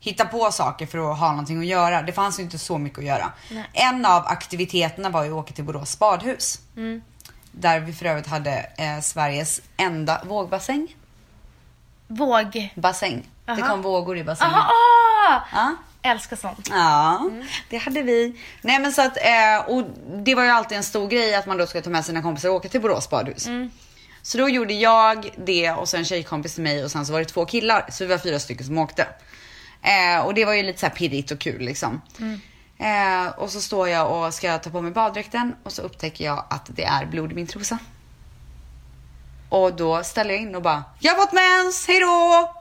Speaker 2: hitta på saker för att ha någonting att göra. Det fanns ju inte så mycket att göra. En av aktiviteterna var ju att åka till Borås badhus. Där vi för övrigt hade eh, Sveriges enda vågbassäng.
Speaker 1: Våg.
Speaker 2: Bassäng. Det
Speaker 1: Aha.
Speaker 2: kom vågor i bassängen.
Speaker 1: Aha,
Speaker 2: Ja.
Speaker 1: Älskar sånt.
Speaker 2: Ja, Mm. det hade vi. Nej men så att, eh, och det var ju alltid en stor grej att man då skulle ta med sina kompisar och åka till Borås badhus. Så då gjorde jag det och sen en tjejkompis till mig och sen så var det två killar. Så vi var fyra stycken som åkte. Eh, och det var ju lite så här pirrigt och kul liksom. Eh, och så står jag och ska ta på mig baddräkten och så upptäcker jag att det är blod i min trosa. Och då ställer jag in och bara, jag har fått mens, hejdå!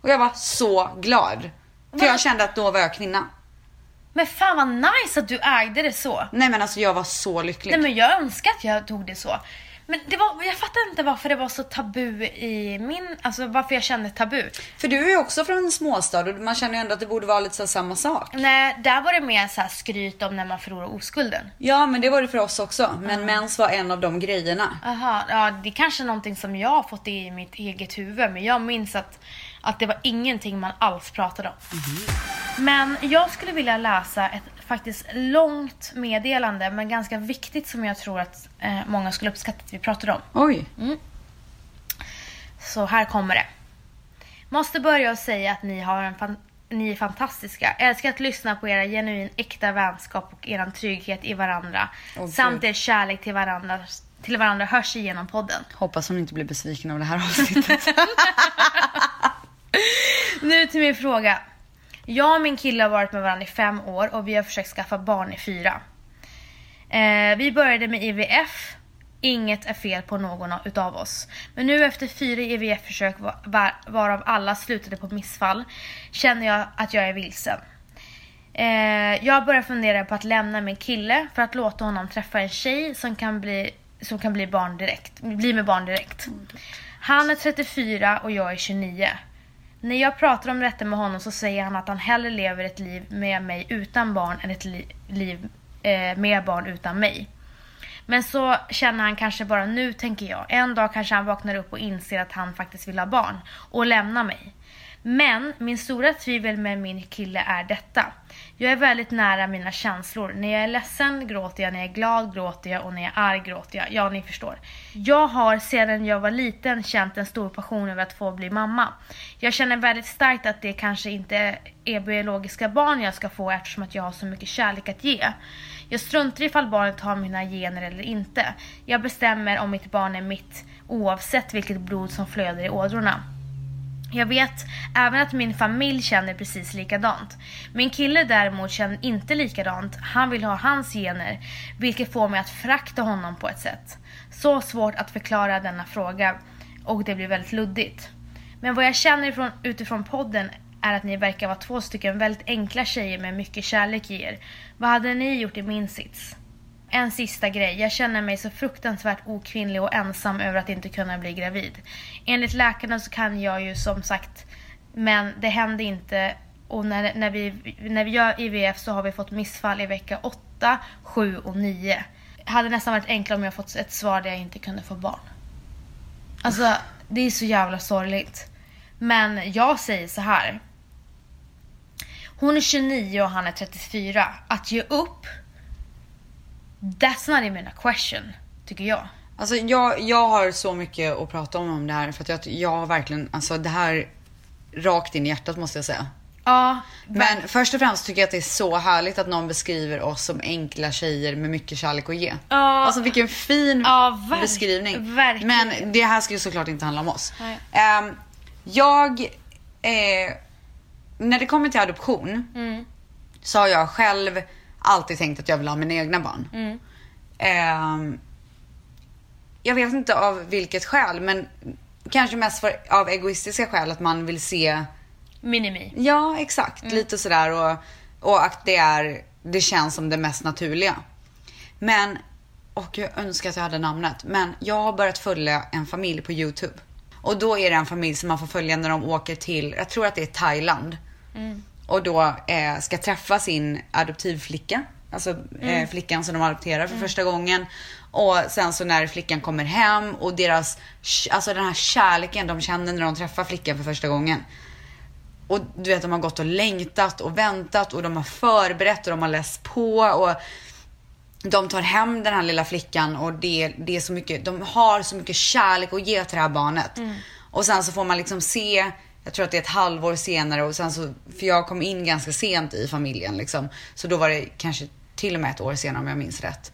Speaker 2: Och jag var så glad. För jag kände att då var jag kvinna.
Speaker 1: Men fan vad nice att du ägde det så.
Speaker 2: Nej men alltså jag var så lycklig.
Speaker 1: Nej men jag önskar att jag tog det så. Men det var, jag fattar inte varför det var så tabu i min, alltså varför jag kände tabu.
Speaker 2: För du är ju också från en småstad och man känner ju ändå att det borde vara lite så här samma sak.
Speaker 1: Nej, där var det mer så här skryt om när man förlorar oskulden.
Speaker 2: Ja men det var det för oss också. Men mens var en av de grejerna.
Speaker 1: Aha, ja det är kanske är någonting som jag har fått i mitt eget huvud men jag minns att, att det var ingenting man alls pratade om.
Speaker 2: Mhm.
Speaker 1: Men jag skulle vilja läsa ett faktiskt långt meddelande men ganska viktigt som jag tror att eh, många skulle uppskatta att vi pratade om.
Speaker 2: Oj.
Speaker 1: Så här kommer det. Måste börja och säga att ni, har en fan- ni är fantastiska. Älskar att lyssna på era genuin äkta vänskap och er trygghet i varandra.
Speaker 2: Åh, Gud.
Speaker 1: samt er kärlek till varandra, till varandra hörs igenom podden.
Speaker 2: Hoppas hon inte blir besviken av det här avsnittet.
Speaker 1: Nu till min fråga. Jag och min kille har varit med varandra i fem år och vi har försökt skaffa barn i fyra. Eh, vi började med IVF. Inget är fel på någon av- utav oss. Men nu efter fyra IVF-försök va- va- varav alla slutade på missfall känner jag att jag är vilsen. Eh, jag börjar fundera på att lämna min kille för att låta honom träffa en tjej som kan bli, som kan bli, barn direkt, bli med barn direkt. Han är 34 och jag är 29. När jag pratar om detta med honom så säger han att han hellre lever ett liv med mig utan barn än ett li- liv eh, med barn utan mig. Men så känner han kanske bara nu, tänker jag. En dag kanske han vaknar upp och inser att han faktiskt vill ha barn och lämna mig. Men min stora tvivel med min kille är detta. Jag är väldigt nära mina känslor. När jag är ledsen gråter jag, när jag är glad gråter jag och när jag är arg gråter jag. Ja, ni förstår. Jag har sedan jag var liten känt en stor passion över att få bli mamma. Jag känner väldigt starkt att det kanske inte är biologiska barn jag ska få eftersom att jag har så mycket kärlek att ge. Jag struntar ifall barnet har mina gener eller inte. Jag bestämmer om mitt barn är mitt oavsett vilket blod som flödar i ådrorna. Jag vet även att min familj känner precis likadant. Min kille däremot känner inte likadant. Han vill ha hans gener, vilket får mig att frakta honom på ett sätt. Så svårt att förklara denna fråga och det blir väldigt luddigt. Men vad jag känner ifrån, utifrån podden är att ni verkar vara två stycken väldigt enkla tjejer med mycket kärlek i er. Vad hade ni gjort i min sits? En sista grej. Jag känner mig så fruktansvärt okvinnlig och ensam över att inte kunna bli gravid. Enligt läkarna så kan jag ju som sagt, men det händer inte. Och när, när, vi, när vi gör IVF så har vi fått missfall i vecka 8, 7 och 9. Hade nästan varit enklare om jag fått ett svar där jag inte kunde få barn. Alltså, det är så jävla sorgligt. Men jag säger så här. Hon är 29 och han är 34. Att ge upp That's not even a question, tycker jag.
Speaker 2: Alltså jag, jag har så mycket att prata om om det här för att jag, jag har verkligen, alltså det här rakt in i hjärtat måste jag säga.
Speaker 1: Ja,
Speaker 2: Men först och främst tycker jag att det är så härligt att någon beskriver oss som enkla tjejer med mycket kärlek att ge.
Speaker 1: Ja.
Speaker 2: Alltså vilken fin
Speaker 1: Ja, verk-
Speaker 2: beskrivning.
Speaker 1: verkligen.
Speaker 2: Men det här ska ju såklart inte handla om oss.
Speaker 1: Nej.
Speaker 2: Ehm, jag, eh, när det kommer till adoption
Speaker 1: Mm.
Speaker 2: så har jag själv alltid tänkt att jag vill ha mina egna barn.
Speaker 1: Mm.
Speaker 2: Ehm, jag vet inte av vilket skäl men kanske mest för, av egoistiska skäl att man vill se
Speaker 1: minimi.
Speaker 2: Ja, exakt. Lite sådär och, och att det är, det känns som det mest naturliga. Men, och jag önskar att jag hade namnet, men jag har börjat följa en familj på Youtube. Och då är det en familj som man får följa när de åker till, jag tror att det är Thailand. Och då eh, ska träffa sin adoptivflicka. Alltså eh, flickan som de adopterar för första gången. Och sen så när flickan kommer hem och deras, alltså den här kärleken de känner när de träffar flickan för första gången. Och du vet de har gått och längtat och väntat och de har förberett och de har läst på och de tar hem den här lilla flickan och det, det är så mycket, de har så mycket kärlek att ge till det här barnet. Och sen så får man liksom se, jag tror att det är ett halvår senare och sen så, för jag kom in ganska sent i familjen liksom. Så då var det kanske till och med ett år senare om jag minns rätt.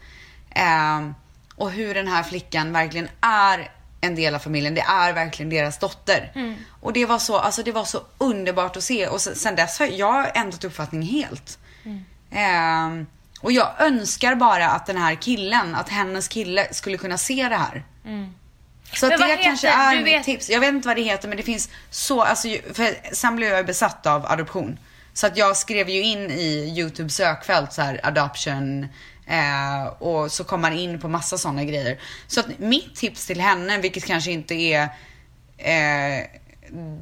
Speaker 2: Ehm, och hur den här flickan verkligen är en del av familjen. Det är verkligen deras dotter. Och det var, så, alltså det var så underbart att se. Och sen, sen dess har jag ändrat uppfattning helt. Ehm, och jag önskar bara att den här killen, att hennes kille skulle kunna se det här. Så att
Speaker 1: Men
Speaker 2: det
Speaker 1: vad heter-
Speaker 2: kanske är
Speaker 1: du
Speaker 2: mitt
Speaker 1: vet-
Speaker 2: tips. Jag vet inte vad det heter men det finns så, alltså, ju- för sen blev jag besatt av adoption. Så att jag skrev ju in i YouTube sökfält så här adoption eh, och så kom man in på massa sådana grejer. Så att mitt tips till henne, vilket kanske inte är eh,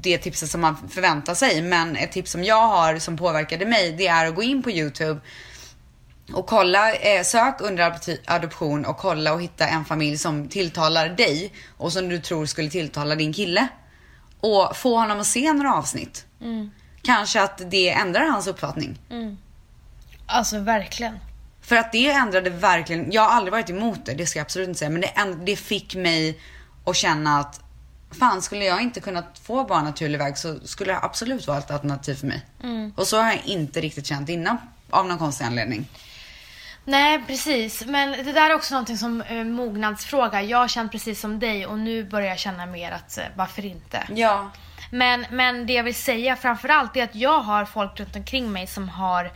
Speaker 2: det tipset som man förväntar sig, men ett tips som jag har som påverkade mig, det är att gå in på YouTube och kolla, eh, sök under adopti- adoption och kolla och hitta en familj som tilltalar dig och som du tror skulle tilltala din kille. Och få honom att se några avsnitt. Kanske att det ändrar hans uppfattning.
Speaker 1: Alltså verkligen.
Speaker 2: För att det ändrade verkligen, jag har aldrig varit emot det, det ska jag absolut inte säga, men det, änd- det fick mig att känna att fan skulle jag inte kunnat få barn naturlig väg så skulle det absolut vara ett alternativ för mig. Och så har jag inte riktigt känt innan av någon konstig anledning.
Speaker 1: Nej, precis. Men det där är också någonting som eh, mognadsfråga. Jag har känt precis som dig och nu börjar jag känna mer att eh, varför inte?
Speaker 2: Ja.
Speaker 1: Men, men det jag vill säga framförallt är att jag har folk runt omkring mig som har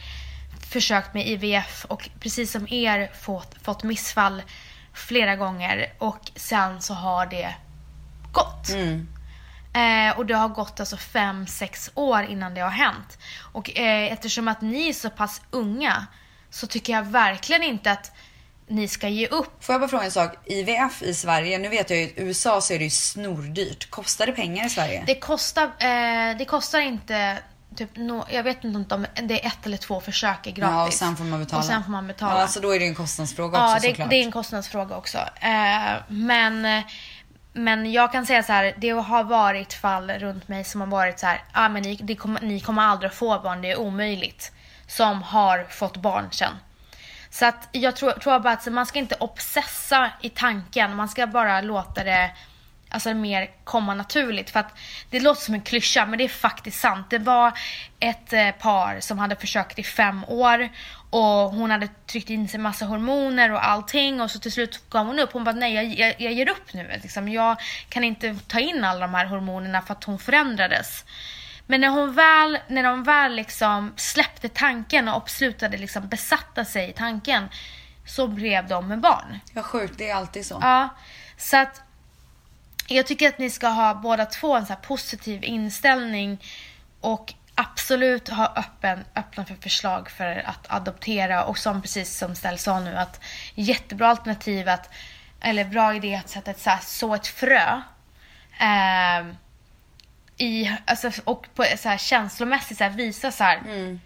Speaker 1: försökt med IVF och precis som er fått, fått missfall flera gånger och sen så har det gått. Eh, och det har gått alltså 5-6 år innan det har hänt. Och eh, eftersom att ni är så pass unga så tycker jag verkligen inte att ni ska ge upp.
Speaker 2: Får jag bara fråga en sak? IVF i Sverige, nu vet jag ju i USA så är det ju snordyrt. Kostar det pengar i Sverige?
Speaker 1: Det kostar, eh, det kostar inte, typ, nå- jag vet inte om det är ett eller två försök är gratis.
Speaker 2: ja, och sen får man betala.
Speaker 1: Och sen får man betala.
Speaker 2: Ja, så då är det ju en kostnadsfråga
Speaker 1: Ja,
Speaker 2: också
Speaker 1: det,
Speaker 2: såklart.
Speaker 1: det är en kostnadsfråga också. Eh, men, men jag kan säga så här, det har varit fall runt mig som har varit så här, ah, men ni, det kommer, ni kommer aldrig få barn, det är omöjligt. Som har fått barn sen. Så att jag tror, tror bara att man ska inte obsessa i tanken, man ska bara låta det Alltså mer komma naturligt för att det låter som en klyscha men det är faktiskt sant. Det var ett eh, par som hade försökt i fem år och hon hade tryckt in sig massa hormoner och allting och så till slut gav hon upp. Hon bara nej jag, jag, jag ger upp nu liksom. Jag kan inte ta in alla de här hormonerna för att hon förändrades. Men när hon väl, när de väl liksom släppte tanken och slutade liksom besatta sig i tanken så blev de med barn.
Speaker 2: Ja, sjukt. Det är alltid så.
Speaker 1: Ja, så att jag tycker att ni ska ha båda två en så här positiv inställning och absolut ha öppen, öppna för förslag för att adoptera och som precis som Stell sa nu att jättebra alternativ att eller bra idé att sätta ett, så här, så ett frö ehm, i, alltså, och på, så här, känslomässigt så här, visa så här.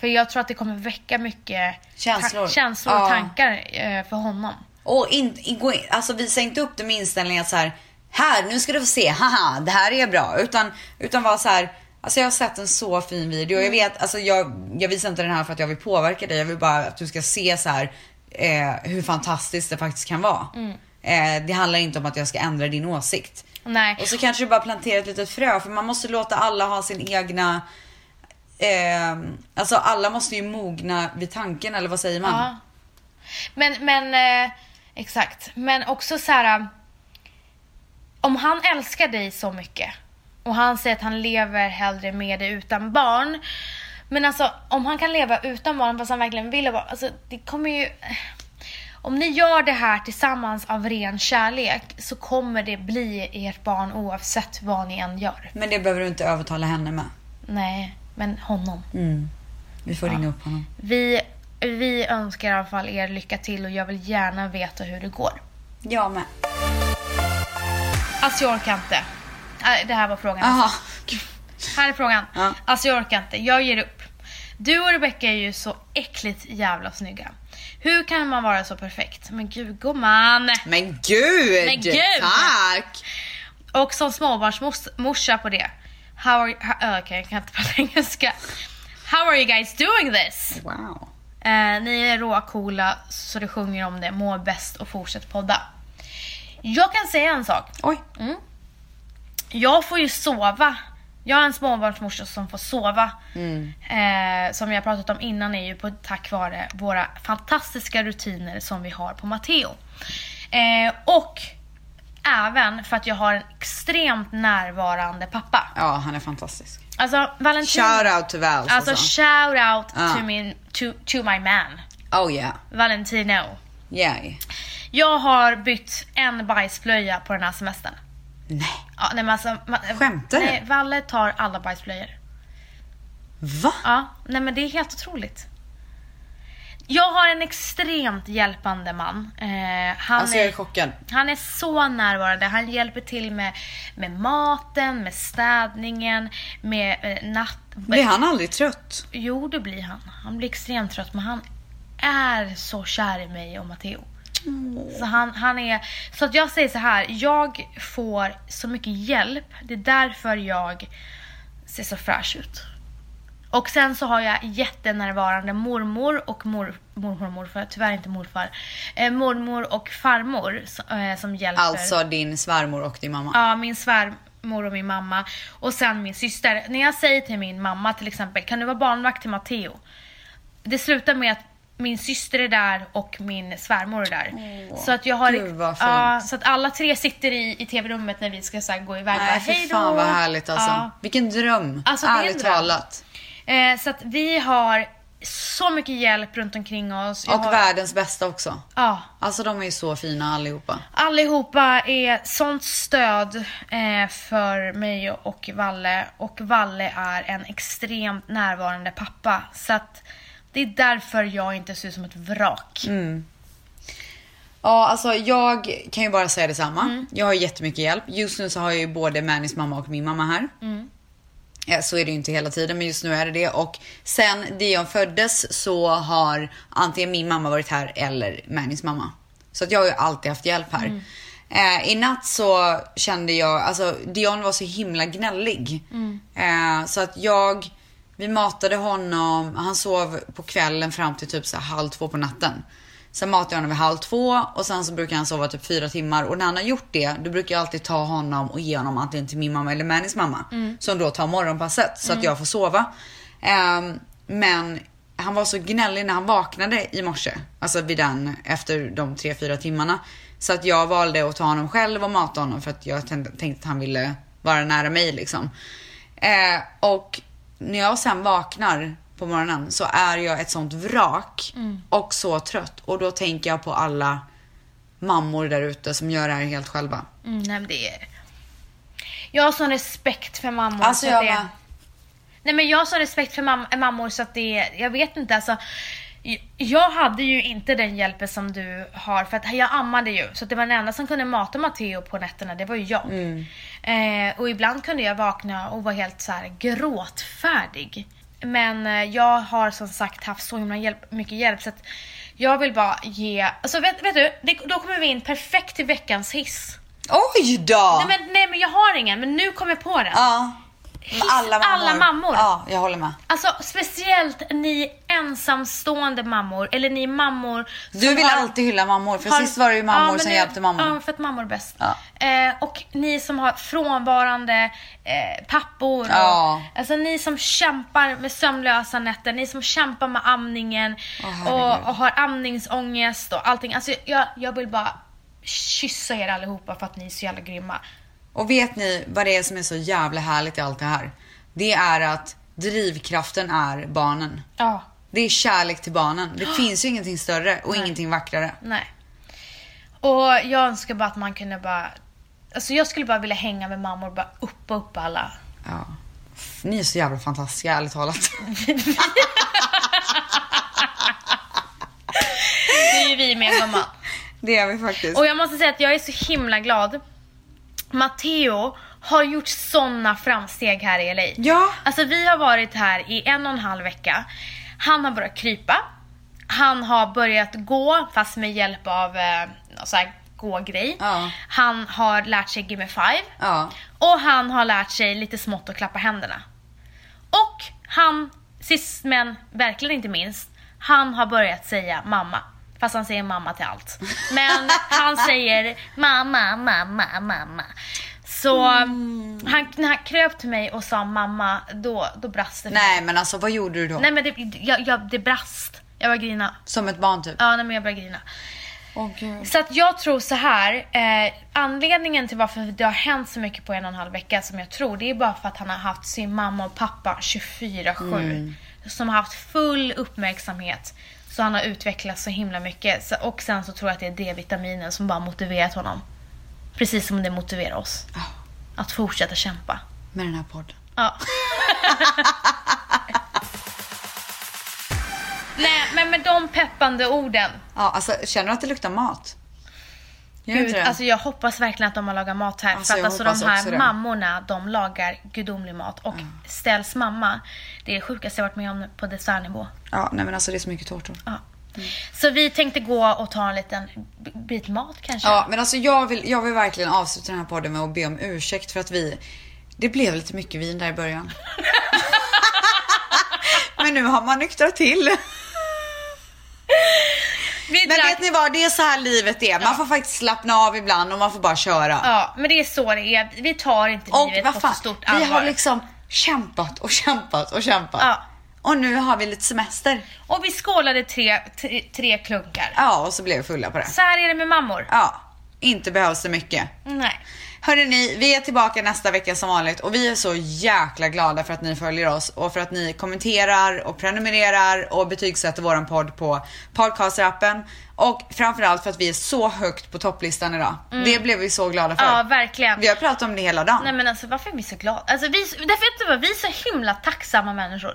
Speaker 1: För jag tror att det kommer väcka mycket
Speaker 2: Mm. Känslor.
Speaker 1: ta- känslor och
Speaker 2: Ja.
Speaker 1: tankar eh, för honom.
Speaker 2: Och in, in, gå in, alltså visa inte upp det med inställningen att så här, här nu ska du få se, haha, det här är bra. Utan, utan vara så här, alltså jag har sett en så fin video och jag vet, alltså jag, jag visar inte den här för att jag vill påverka dig, jag vill bara att du ska se så här eh, hur fantastiskt det faktiskt kan vara.
Speaker 1: Mm.
Speaker 2: Eh, det handlar inte om att jag ska ändra din åsikt.
Speaker 1: Nej.
Speaker 2: Och så kanske du bara planterar ett litet frö för man måste låta alla ha sin egna eh, alltså alla måste ju mogna vid tanken eller vad säger man?
Speaker 1: Ja. Men, men eh, exakt. Men också så här. eh, Om han älskar dig så mycket och han säger att han lever hellre med dig utan barn. Men alltså om han kan leva utan barn fast han verkligen vill ha barn. Alltså det kommer ju... Om ni gör det här tillsammans av ren kärlek så kommer det bli ert barn oavsett vad ni än gör.
Speaker 2: Men det behöver du inte övertala henne med.
Speaker 1: Nej, men honom.
Speaker 2: Vi får ringa upp honom.
Speaker 1: Vi, vi önskar i alla fall er lycka till och jag vill gärna veta hur det går.
Speaker 2: Jag med.
Speaker 1: Alltså jag orkar inte. Äh, Det här var frågan.
Speaker 2: Aha.
Speaker 1: Här är frågan.
Speaker 2: Ja.
Speaker 1: Alltså jag orkar inte. Jag ger upp. Du och Rebecca är ju så äckligt jävla snygga. Hur kan man vara så perfekt? Men gud gumman!
Speaker 2: Men gud!
Speaker 1: Men gud!
Speaker 2: Tack!
Speaker 1: Och som småbarnsmorsa på det. How are you... Okej, jag kan inte prata engelska. How are you guys doing this?
Speaker 2: Wow.
Speaker 1: Eh, ni är råcoola så det sjunger om det. Må bäst och fortsätt podda. Jag kan säga en sak.
Speaker 2: Oj.
Speaker 1: Jag får ju sova. Jag har en småbarnsmorsa som får sova.
Speaker 2: Mm.
Speaker 1: Eh, som jag pratat om innan är ju på, tack vare våra fantastiska rutiner som vi har på Matteo. Eh, och även för att jag har en extremt närvarande pappa.
Speaker 2: Ja, han är fantastisk.
Speaker 1: Alltså Valentino.
Speaker 2: Shout out till Vals
Speaker 1: Alltså
Speaker 2: alltså. Ah.
Speaker 1: shout out
Speaker 2: Ja.
Speaker 1: to, min, to, to my man.
Speaker 2: Oh yeah.
Speaker 1: Valentino.
Speaker 2: Yay.
Speaker 1: Jag har bytt en bajsblöja på den här semestern.
Speaker 2: Nej.
Speaker 1: Ja, nej, men alltså, man,
Speaker 2: Skämtar du?
Speaker 1: nej, Valle tar alla bajsblöjor.
Speaker 2: Va?
Speaker 1: Ja, nej men det är helt otroligt. Jag har en extremt hjälpande man. Eh, han,
Speaker 2: Alltså jag är
Speaker 1: är,
Speaker 2: chockad.
Speaker 1: han är så närvarande. Han hjälper till med, med maten, med städningen, med eh, natt...
Speaker 2: Blir han aldrig trött?
Speaker 1: Jo, det blir han. Han blir extremt trött, men han är så kär i mig och Matteo. Så, han, han är, så att jag säger så här, jag får så mycket hjälp. Det är därför jag ser så fräsch ut. Och sen så har jag jättenärvarande mormor och mor, mormor och morfar, tyvärr inte morfar. Eh, mormor och farmor så- eh, som hjälper.
Speaker 2: Alltså din svärmor och din mamma.
Speaker 1: Ja, min svärmor och min mamma. Och sen min syster. När jag säger till min mamma till exempel, kan du vara barnvakt till Matteo? Det slutar med att min syster är där och min svärmor är där. så att jag har...
Speaker 2: gud vad fint.
Speaker 1: Ja, så att alla tre sitter i, i tv-rummet när vi ska så här, gå iväg. Bara,
Speaker 2: Nej fy
Speaker 1: "Hej då!"
Speaker 2: fan vad härligt alltså.
Speaker 1: Ja.
Speaker 2: Vilken dröm.
Speaker 1: Alltså, det är en
Speaker 2: Ärligt
Speaker 1: dröm.
Speaker 2: talat.
Speaker 1: Eh, så att vi har så mycket hjälp runt omkring oss. Jag
Speaker 2: Och
Speaker 1: har,
Speaker 2: världens bästa också.
Speaker 1: ja,
Speaker 2: Alltså de är ju så fina allihopa.
Speaker 1: Allihopa är sånt stöd eh, för mig och Valle. Och Valle är en extremt närvarande pappa. Så att det är därför jag inte ser ut som ett vrak.
Speaker 2: Ja, alltså jag kan ju bara säga detsamma. Jag har jättemycket hjälp. Just nu så har jag ju både Mannys mamma och min mamma här. Ja, så är det ju inte hela tiden, men just nu är det det. Och sen Dion föddes så har antingen min mamma varit här eller Mannys mamma. Så att jag har ju alltid haft hjälp här. Eh, I natt så kände jag, alltså Dion var så himla gnällig. Eh, så att jag, vi matade honom, han sov på kvällen fram till typ så här halv två på natten. Sen matar jag honom vid halv två och sen så brukar han sova typ fyra timmar och när han har gjort det då brukar jag alltid ta honom och ge honom antingen till min mamma eller Mannys mamma som då tar morgonpasset så att jag får sova. Ehm, men han var så gnällig när han vaknade i morse, alltså vid den efter de tre fyra timmarna så att jag valde att ta honom själv och mata honom för att jag tänkte, tänkte att han ville vara nära mig liksom. Eh, och när jag sen vaknar på morgonen så är jag ett sånt vrak
Speaker 1: Mm.
Speaker 2: och så trött och då tänker jag på alla mammor där ute som gör det här helt själva.
Speaker 1: Mm, nej, men det är... Jag har sån respekt för mammor. så
Speaker 2: Alltså
Speaker 1: att
Speaker 2: jag
Speaker 1: det...
Speaker 2: bara,
Speaker 1: Nej men jag har sån respekt för mam- mammor så att det är, jag vet inte alltså. J- Jag hade ju inte den hjälpen som du har för att jag ammade ju. Så att det var den enda som kunde mata Matteo på nätterna, det var ju jag.
Speaker 2: Mm.
Speaker 1: Eh, och ibland kunde jag vakna och vara helt så här gråtfärdig. Men eh, jag har som sagt haft så himla hjälp, mycket hjälp så att jag vill bara ge, alltså vet, vet du, det, då kommer vi in perfekt till veckans hiss.
Speaker 2: oj då!
Speaker 1: Nej, men, nej men jag har ingen, men nu kommer jag på den.
Speaker 2: ja.
Speaker 1: Hiss
Speaker 2: Alla mammor.
Speaker 1: alla mammor.
Speaker 2: Ja, jag håller med.
Speaker 1: Alltså speciellt ni ensamstående mammor, eller ni mammor som
Speaker 2: Du vill
Speaker 1: har-
Speaker 2: alltid hylla mammor för
Speaker 1: har-
Speaker 2: sist var det ju mammor
Speaker 1: men
Speaker 2: som
Speaker 1: nu-
Speaker 2: hjälpte mammor.
Speaker 1: Ja, för att mammor är bäst.
Speaker 2: Ja.
Speaker 1: Eh, och ni som har frånvarande eh, pappor. och-
Speaker 2: Ja.
Speaker 1: Alltså ni som kämpar med sömnlösa nätter, ni som kämpar med amningen
Speaker 2: Åh, herregud.
Speaker 1: och, och har amningsångest och allting. Alltså jag, jag vill bara kyssa er allihopa för att ni är så jävla grymma.
Speaker 2: Och vet ni vad det är som är så jävla härligt i allt det här? Det är att drivkraften är barnen.
Speaker 1: Ja.
Speaker 2: Det är kärlek till barnen. Det finns ju ingenting större och ingenting vackrare.
Speaker 1: Nej. Och jag önskar bara att man kunde bara... Alltså jag skulle bara vilja hänga med mammor och bara uppa upp alla.
Speaker 2: Ja. F- Ni är så jävla fantastiska, ärligt talat.
Speaker 1: Det är ju vi med mamma.
Speaker 2: Det är vi faktiskt.
Speaker 1: Och jag måste säga att jag är så himla glad. Matteo har gjort såna framsteg här i LA.
Speaker 2: Ja.
Speaker 1: Alltså vi har varit här i en och en halv vecka. Han har börjat krypa. Han har börjat gå fast med hjälp av eh, någon sån här gå-grej.
Speaker 2: Ja.
Speaker 1: Han har lärt sig Gimme Five.
Speaker 2: Ja.
Speaker 1: Och han har lärt sig lite smått att klappa händerna. Och han, sist men verkligen inte minst, han har börjat säga mamma. Fast han säger mamma till allt. Men han säger mamma, mamma, mamma. Så han, när han kröp till mig och sa mamma, då, då brast det. för mig.
Speaker 2: Nej men alltså vad gjorde du då?
Speaker 1: Nej men det, jag, jag, det brast. Jag var grina.
Speaker 2: Som ett barn typ?
Speaker 1: Ja, nej, men jag började grina.
Speaker 2: Åh gud.
Speaker 1: Så att jag tror så här. Eh, anledningen till varför det har hänt så mycket på en och en halv vecka som jag tror, det är bara för att han har haft sin mamma och pappa 24-7. Som har haft full uppmärksamhet. Så han har utvecklats så himla mycket. Så, och sen så tror jag att det är D-vitaminen som bara motiverat honom. Precis som det motiverar oss. Att fortsätta kämpa.
Speaker 2: Med den här podden.
Speaker 1: Ja. Nej, men med de peppande orden.
Speaker 2: Ja, alltså känner du att det luktar mat? Gör
Speaker 1: Gud,
Speaker 2: inte det?
Speaker 1: alltså jag hoppas verkligen att de har lagat mat här.
Speaker 2: Alltså,
Speaker 1: för
Speaker 2: jag
Speaker 1: att alltså
Speaker 2: hoppas
Speaker 1: de
Speaker 2: också
Speaker 1: här
Speaker 2: det. Mm.
Speaker 1: mammorna, de lagar gudomlig mat. Och Stells mamma, det är det sjukaste jag varit med om på dessertnivå.
Speaker 2: Ja, nej men alltså det är så mycket tårtor.
Speaker 1: Ja.
Speaker 2: Mm.
Speaker 1: Så vi tänkte gå och ta en liten b- bit mat kanske.
Speaker 2: Ja, men alltså jag vill, jag vill verkligen avsluta den här podden med att be om ursäkt för att vi... Det blev lite mycket vin där i början. men nu har man nyktrat till.
Speaker 1: vi
Speaker 2: Men
Speaker 1: drack-
Speaker 2: vet ni vad, det är så här livet är. Man får faktiskt slappna av ibland och man får bara köra.
Speaker 1: Ja, men det är så det är. Vi tar inte
Speaker 2: Och
Speaker 1: livet
Speaker 2: vad
Speaker 1: på
Speaker 2: fan,
Speaker 1: för stort
Speaker 2: vi
Speaker 1: allvar.
Speaker 2: har liksom kämpat och kämpat och kämpat.
Speaker 1: Ja.
Speaker 2: Och nu har vi lite semester.
Speaker 1: Och vi skålade tre, tre, tre klunkar.
Speaker 2: Ja, och så blev vi fulla på det.
Speaker 1: Så här är det med mammor.
Speaker 2: Ja, inte behövs det mycket.
Speaker 1: Nej.
Speaker 2: Hörrni, ni, vi är tillbaka nästa vecka som vanligt och vi är så jäkla glada för att ni följer oss och för att ni kommenterar och prenumererar och betygsätter våran podd på podcastrappen och framförallt för att vi är så högt på topplistan idag. Det blev vi så glada för.
Speaker 1: Mm. Ja, verkligen.
Speaker 2: Vi har pratat om det hela dagen.
Speaker 1: Nej men alltså varför är vi så glada? Alltså vi, därför vet du vad, vi är så himla tacksamma människor.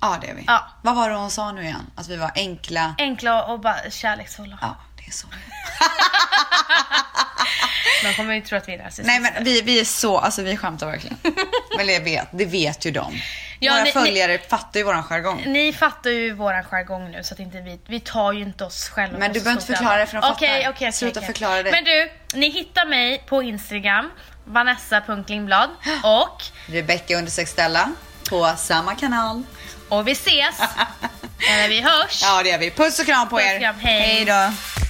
Speaker 2: Ja, det är vi.
Speaker 1: Ja.
Speaker 2: Vad var det hon sa nu igen? Att vi var enkla.
Speaker 1: Enkla och bara kärleksfulla.
Speaker 2: Ja, det är så.
Speaker 1: De kommer ju tro att vi är rasister.
Speaker 2: Nej men vi, vi är så, alltså vi skämtar verkligen. Men jag vet, det vet ju de.
Speaker 1: Ja,
Speaker 2: Våra
Speaker 1: ni- ni-
Speaker 2: följare fattar ju våran jargong.
Speaker 1: Ni fattar ju våran jargong nu så att inte vi, vi tar ju inte oss själva
Speaker 2: Men
Speaker 1: på
Speaker 2: du
Speaker 1: så
Speaker 2: behöver inte
Speaker 1: stort
Speaker 2: förklara
Speaker 1: allvar.
Speaker 2: för de fattar.
Speaker 1: Okej, okej, okej,
Speaker 2: Sluta
Speaker 1: okej.
Speaker 2: förklara dig.
Speaker 1: Men du, ni hittar mig på Instagram, Vanessa.lindblad och,
Speaker 2: Rebecka understreck Stella på samma kanal.
Speaker 1: och vi ses, eller vi hörs.
Speaker 2: Ja det gör vi. Puss och kram på
Speaker 1: Puss
Speaker 2: er.
Speaker 1: och kram, hej.
Speaker 2: Hej då.